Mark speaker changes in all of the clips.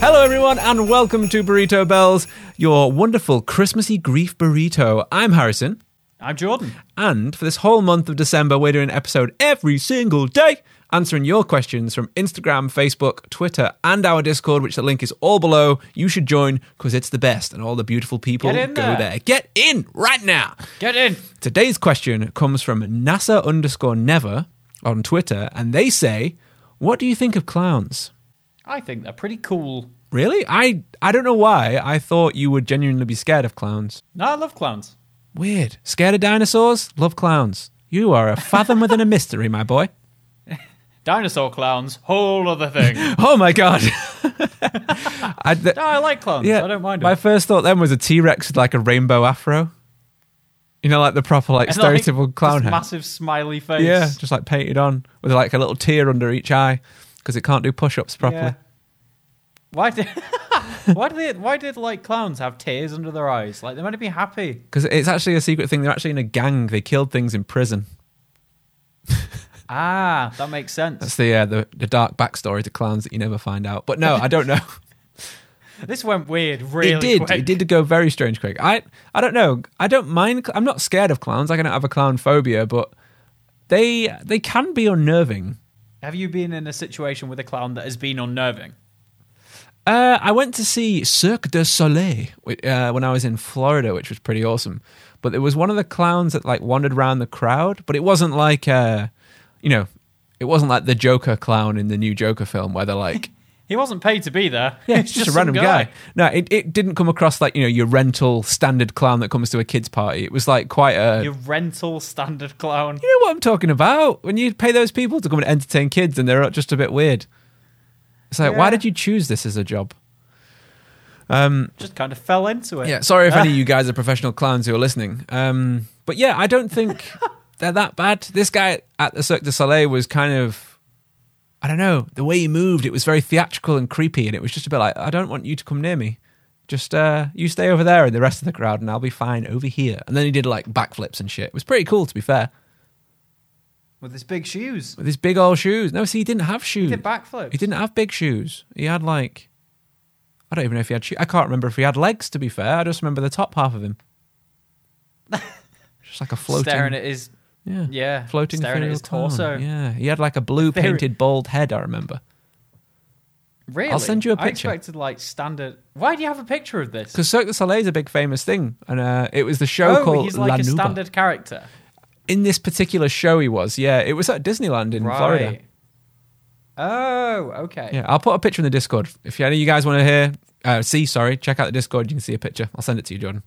Speaker 1: Hello, everyone, and welcome to Burrito Bells, your wonderful Christmassy grief burrito. I'm Harrison,
Speaker 2: I'm Jordan.
Speaker 1: and for this whole month of December, we're doing an episode every single day, answering your questions from Instagram, Facebook, Twitter, and our Discord, which the link is all below. You should join because it's the best, and all the beautiful people
Speaker 2: Get in
Speaker 1: go
Speaker 2: there.
Speaker 1: there. Get in right now.
Speaker 2: Get in.
Speaker 1: Today's question comes from NASA underscore never on Twitter, and they say, What do you think of clowns?
Speaker 2: I think they're pretty cool.
Speaker 1: Really? I, I don't know why. I thought you would genuinely be scared of clowns.
Speaker 2: No, I love clowns.
Speaker 1: Weird. Scared of dinosaurs? Love clowns. You are a fathom within a mystery, my boy.
Speaker 2: Dinosaur clowns, whole other thing. no,
Speaker 1: Oh my god. I, th-
Speaker 2: I like clowns. I don't mind
Speaker 1: My
Speaker 2: them.
Speaker 1: first thought then was a T Rex with like a rainbow afro. You know, like the proper like
Speaker 2: And, like,
Speaker 1: stereotypical clown
Speaker 2: this
Speaker 1: hat.
Speaker 2: Massive smiley face.
Speaker 1: Yeah, just like painted on with like a little tear under each eye because it can't do push-ups properly.
Speaker 2: Yeah. Why did why did they, why did like clowns have tears under their eyes? Like they're meant to be happy.
Speaker 1: Because it's actually a secret thing. They're actually in a gang. They killed things in prison.
Speaker 2: Ah, that makes sense.
Speaker 1: That's the uh, the, the dark backstory to clowns that you never find out. But no, I don't know.
Speaker 2: This went weird. Really,
Speaker 1: it did.
Speaker 2: quick.
Speaker 1: It did go very strange quick. I I don't know. I don't mind. cl- I'm not scared of clowns. I don't have a clown phobia, but they they can be unnerving.
Speaker 2: Have you been in a situation with a clown that has been unnerving?
Speaker 1: Uh, I went to see Cirque du Soleil wh- uh, when I was in Florida, which was pretty awesome. But there was one of the clowns that like wandered around the crowd, but it wasn't like, uh, you know, it wasn't like the Joker clown in the new Joker film where they're like,
Speaker 2: He wasn't paid to be there.
Speaker 1: yeah,
Speaker 2: He's
Speaker 1: it's just, a
Speaker 2: some
Speaker 1: random guy. No, it, it didn't come across like you know your rental standard clown that comes to a kids party. It was like quite a.
Speaker 2: Your rental standard clown.
Speaker 1: you know what I'm talking about? When you pay those people to come and entertain kids and they're just a bit weird. It's like, why
Speaker 2: Yeah.
Speaker 1: did you choose this as a job?
Speaker 2: Just kind of fell into it.
Speaker 1: Yeah, sorry if any of you guys are professional clowns who are listening. Um, but yeah, I don't think they're that bad. This guy at the Cirque du Soleil was kind of, I don't know, the way he moved, it was very theatrical and creepy. And it was just a bit like, I don't want you to come near me. Just uh, you stay over there and the rest of the crowd, and I'll be fine over here. And then he did like backflips and shit. It was pretty cool, to be fair.
Speaker 2: With his big shoes.
Speaker 1: With his big old shoes. No, see, he didn't have shoes.
Speaker 2: He did backflips.
Speaker 1: He didn't have big shoes. He had like, I don't even know if he had. Shoe- I can't remember if he had legs. To be fair, I just remember the top half of him, just like a floating,
Speaker 2: Staring at his
Speaker 1: yeah,
Speaker 2: yeah,
Speaker 1: floating
Speaker 2: staring at his
Speaker 1: ethereal clown.
Speaker 2: torso.
Speaker 1: Yeah, he had like a blue
Speaker 2: Very-
Speaker 1: painted bald head. I remember
Speaker 2: Really?
Speaker 1: send you a
Speaker 2: I
Speaker 1: picture.
Speaker 2: expected like standard. Why do you have a picture of this?
Speaker 1: because Cirque du Soleil is a big famous thing, and uh, it was the show
Speaker 2: oh,
Speaker 1: called
Speaker 2: he's like
Speaker 1: La
Speaker 2: a
Speaker 1: Nuba.
Speaker 2: standard character.
Speaker 1: In this particular show, he was. Yeah, it was at Disneyland in
Speaker 2: right.
Speaker 1: Florida.
Speaker 2: Oh, okay.
Speaker 1: Yeah, I'll put a picture in the Discord if any of you guys want to hear. Uh, see, sorry, check out the Discord. You can see a picture. I'll send it to you, Jordan.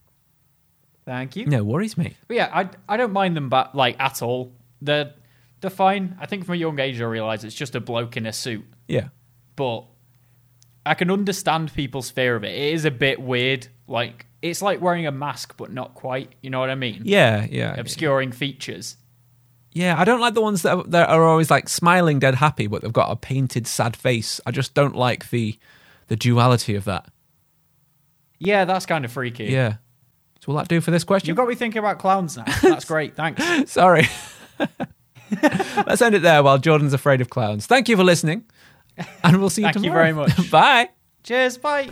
Speaker 2: Thank you.
Speaker 1: No worries, mate.
Speaker 2: But yeah, I I don't mind them back like at all. They're they're fine. I think from a young age I realised it's just a bloke in a suit.
Speaker 1: Yeah.
Speaker 2: But I can understand people's fear of it. It is a bit weird. Like it's like wearing a mask but not quite, you know what I mean?
Speaker 1: Yeah, yeah.
Speaker 2: Obscuring features.
Speaker 1: Yeah, I don't like the ones that are, that are always like smiling, dead happy, but they've got a painted, sad face. I just don't like the the duality of that.
Speaker 2: Yeah, that's kind of freaky.
Speaker 1: Yeah. So will that do for this question?
Speaker 2: You've got me thinking about clowns now. That's great. Thanks.
Speaker 1: Sorry. Let's end it there while Jordan's afraid of clowns. Thank you for listening, and we'll see you
Speaker 2: Thank you
Speaker 1: tomorrow.
Speaker 2: very much.
Speaker 1: Bye.
Speaker 2: Cheers. Bye.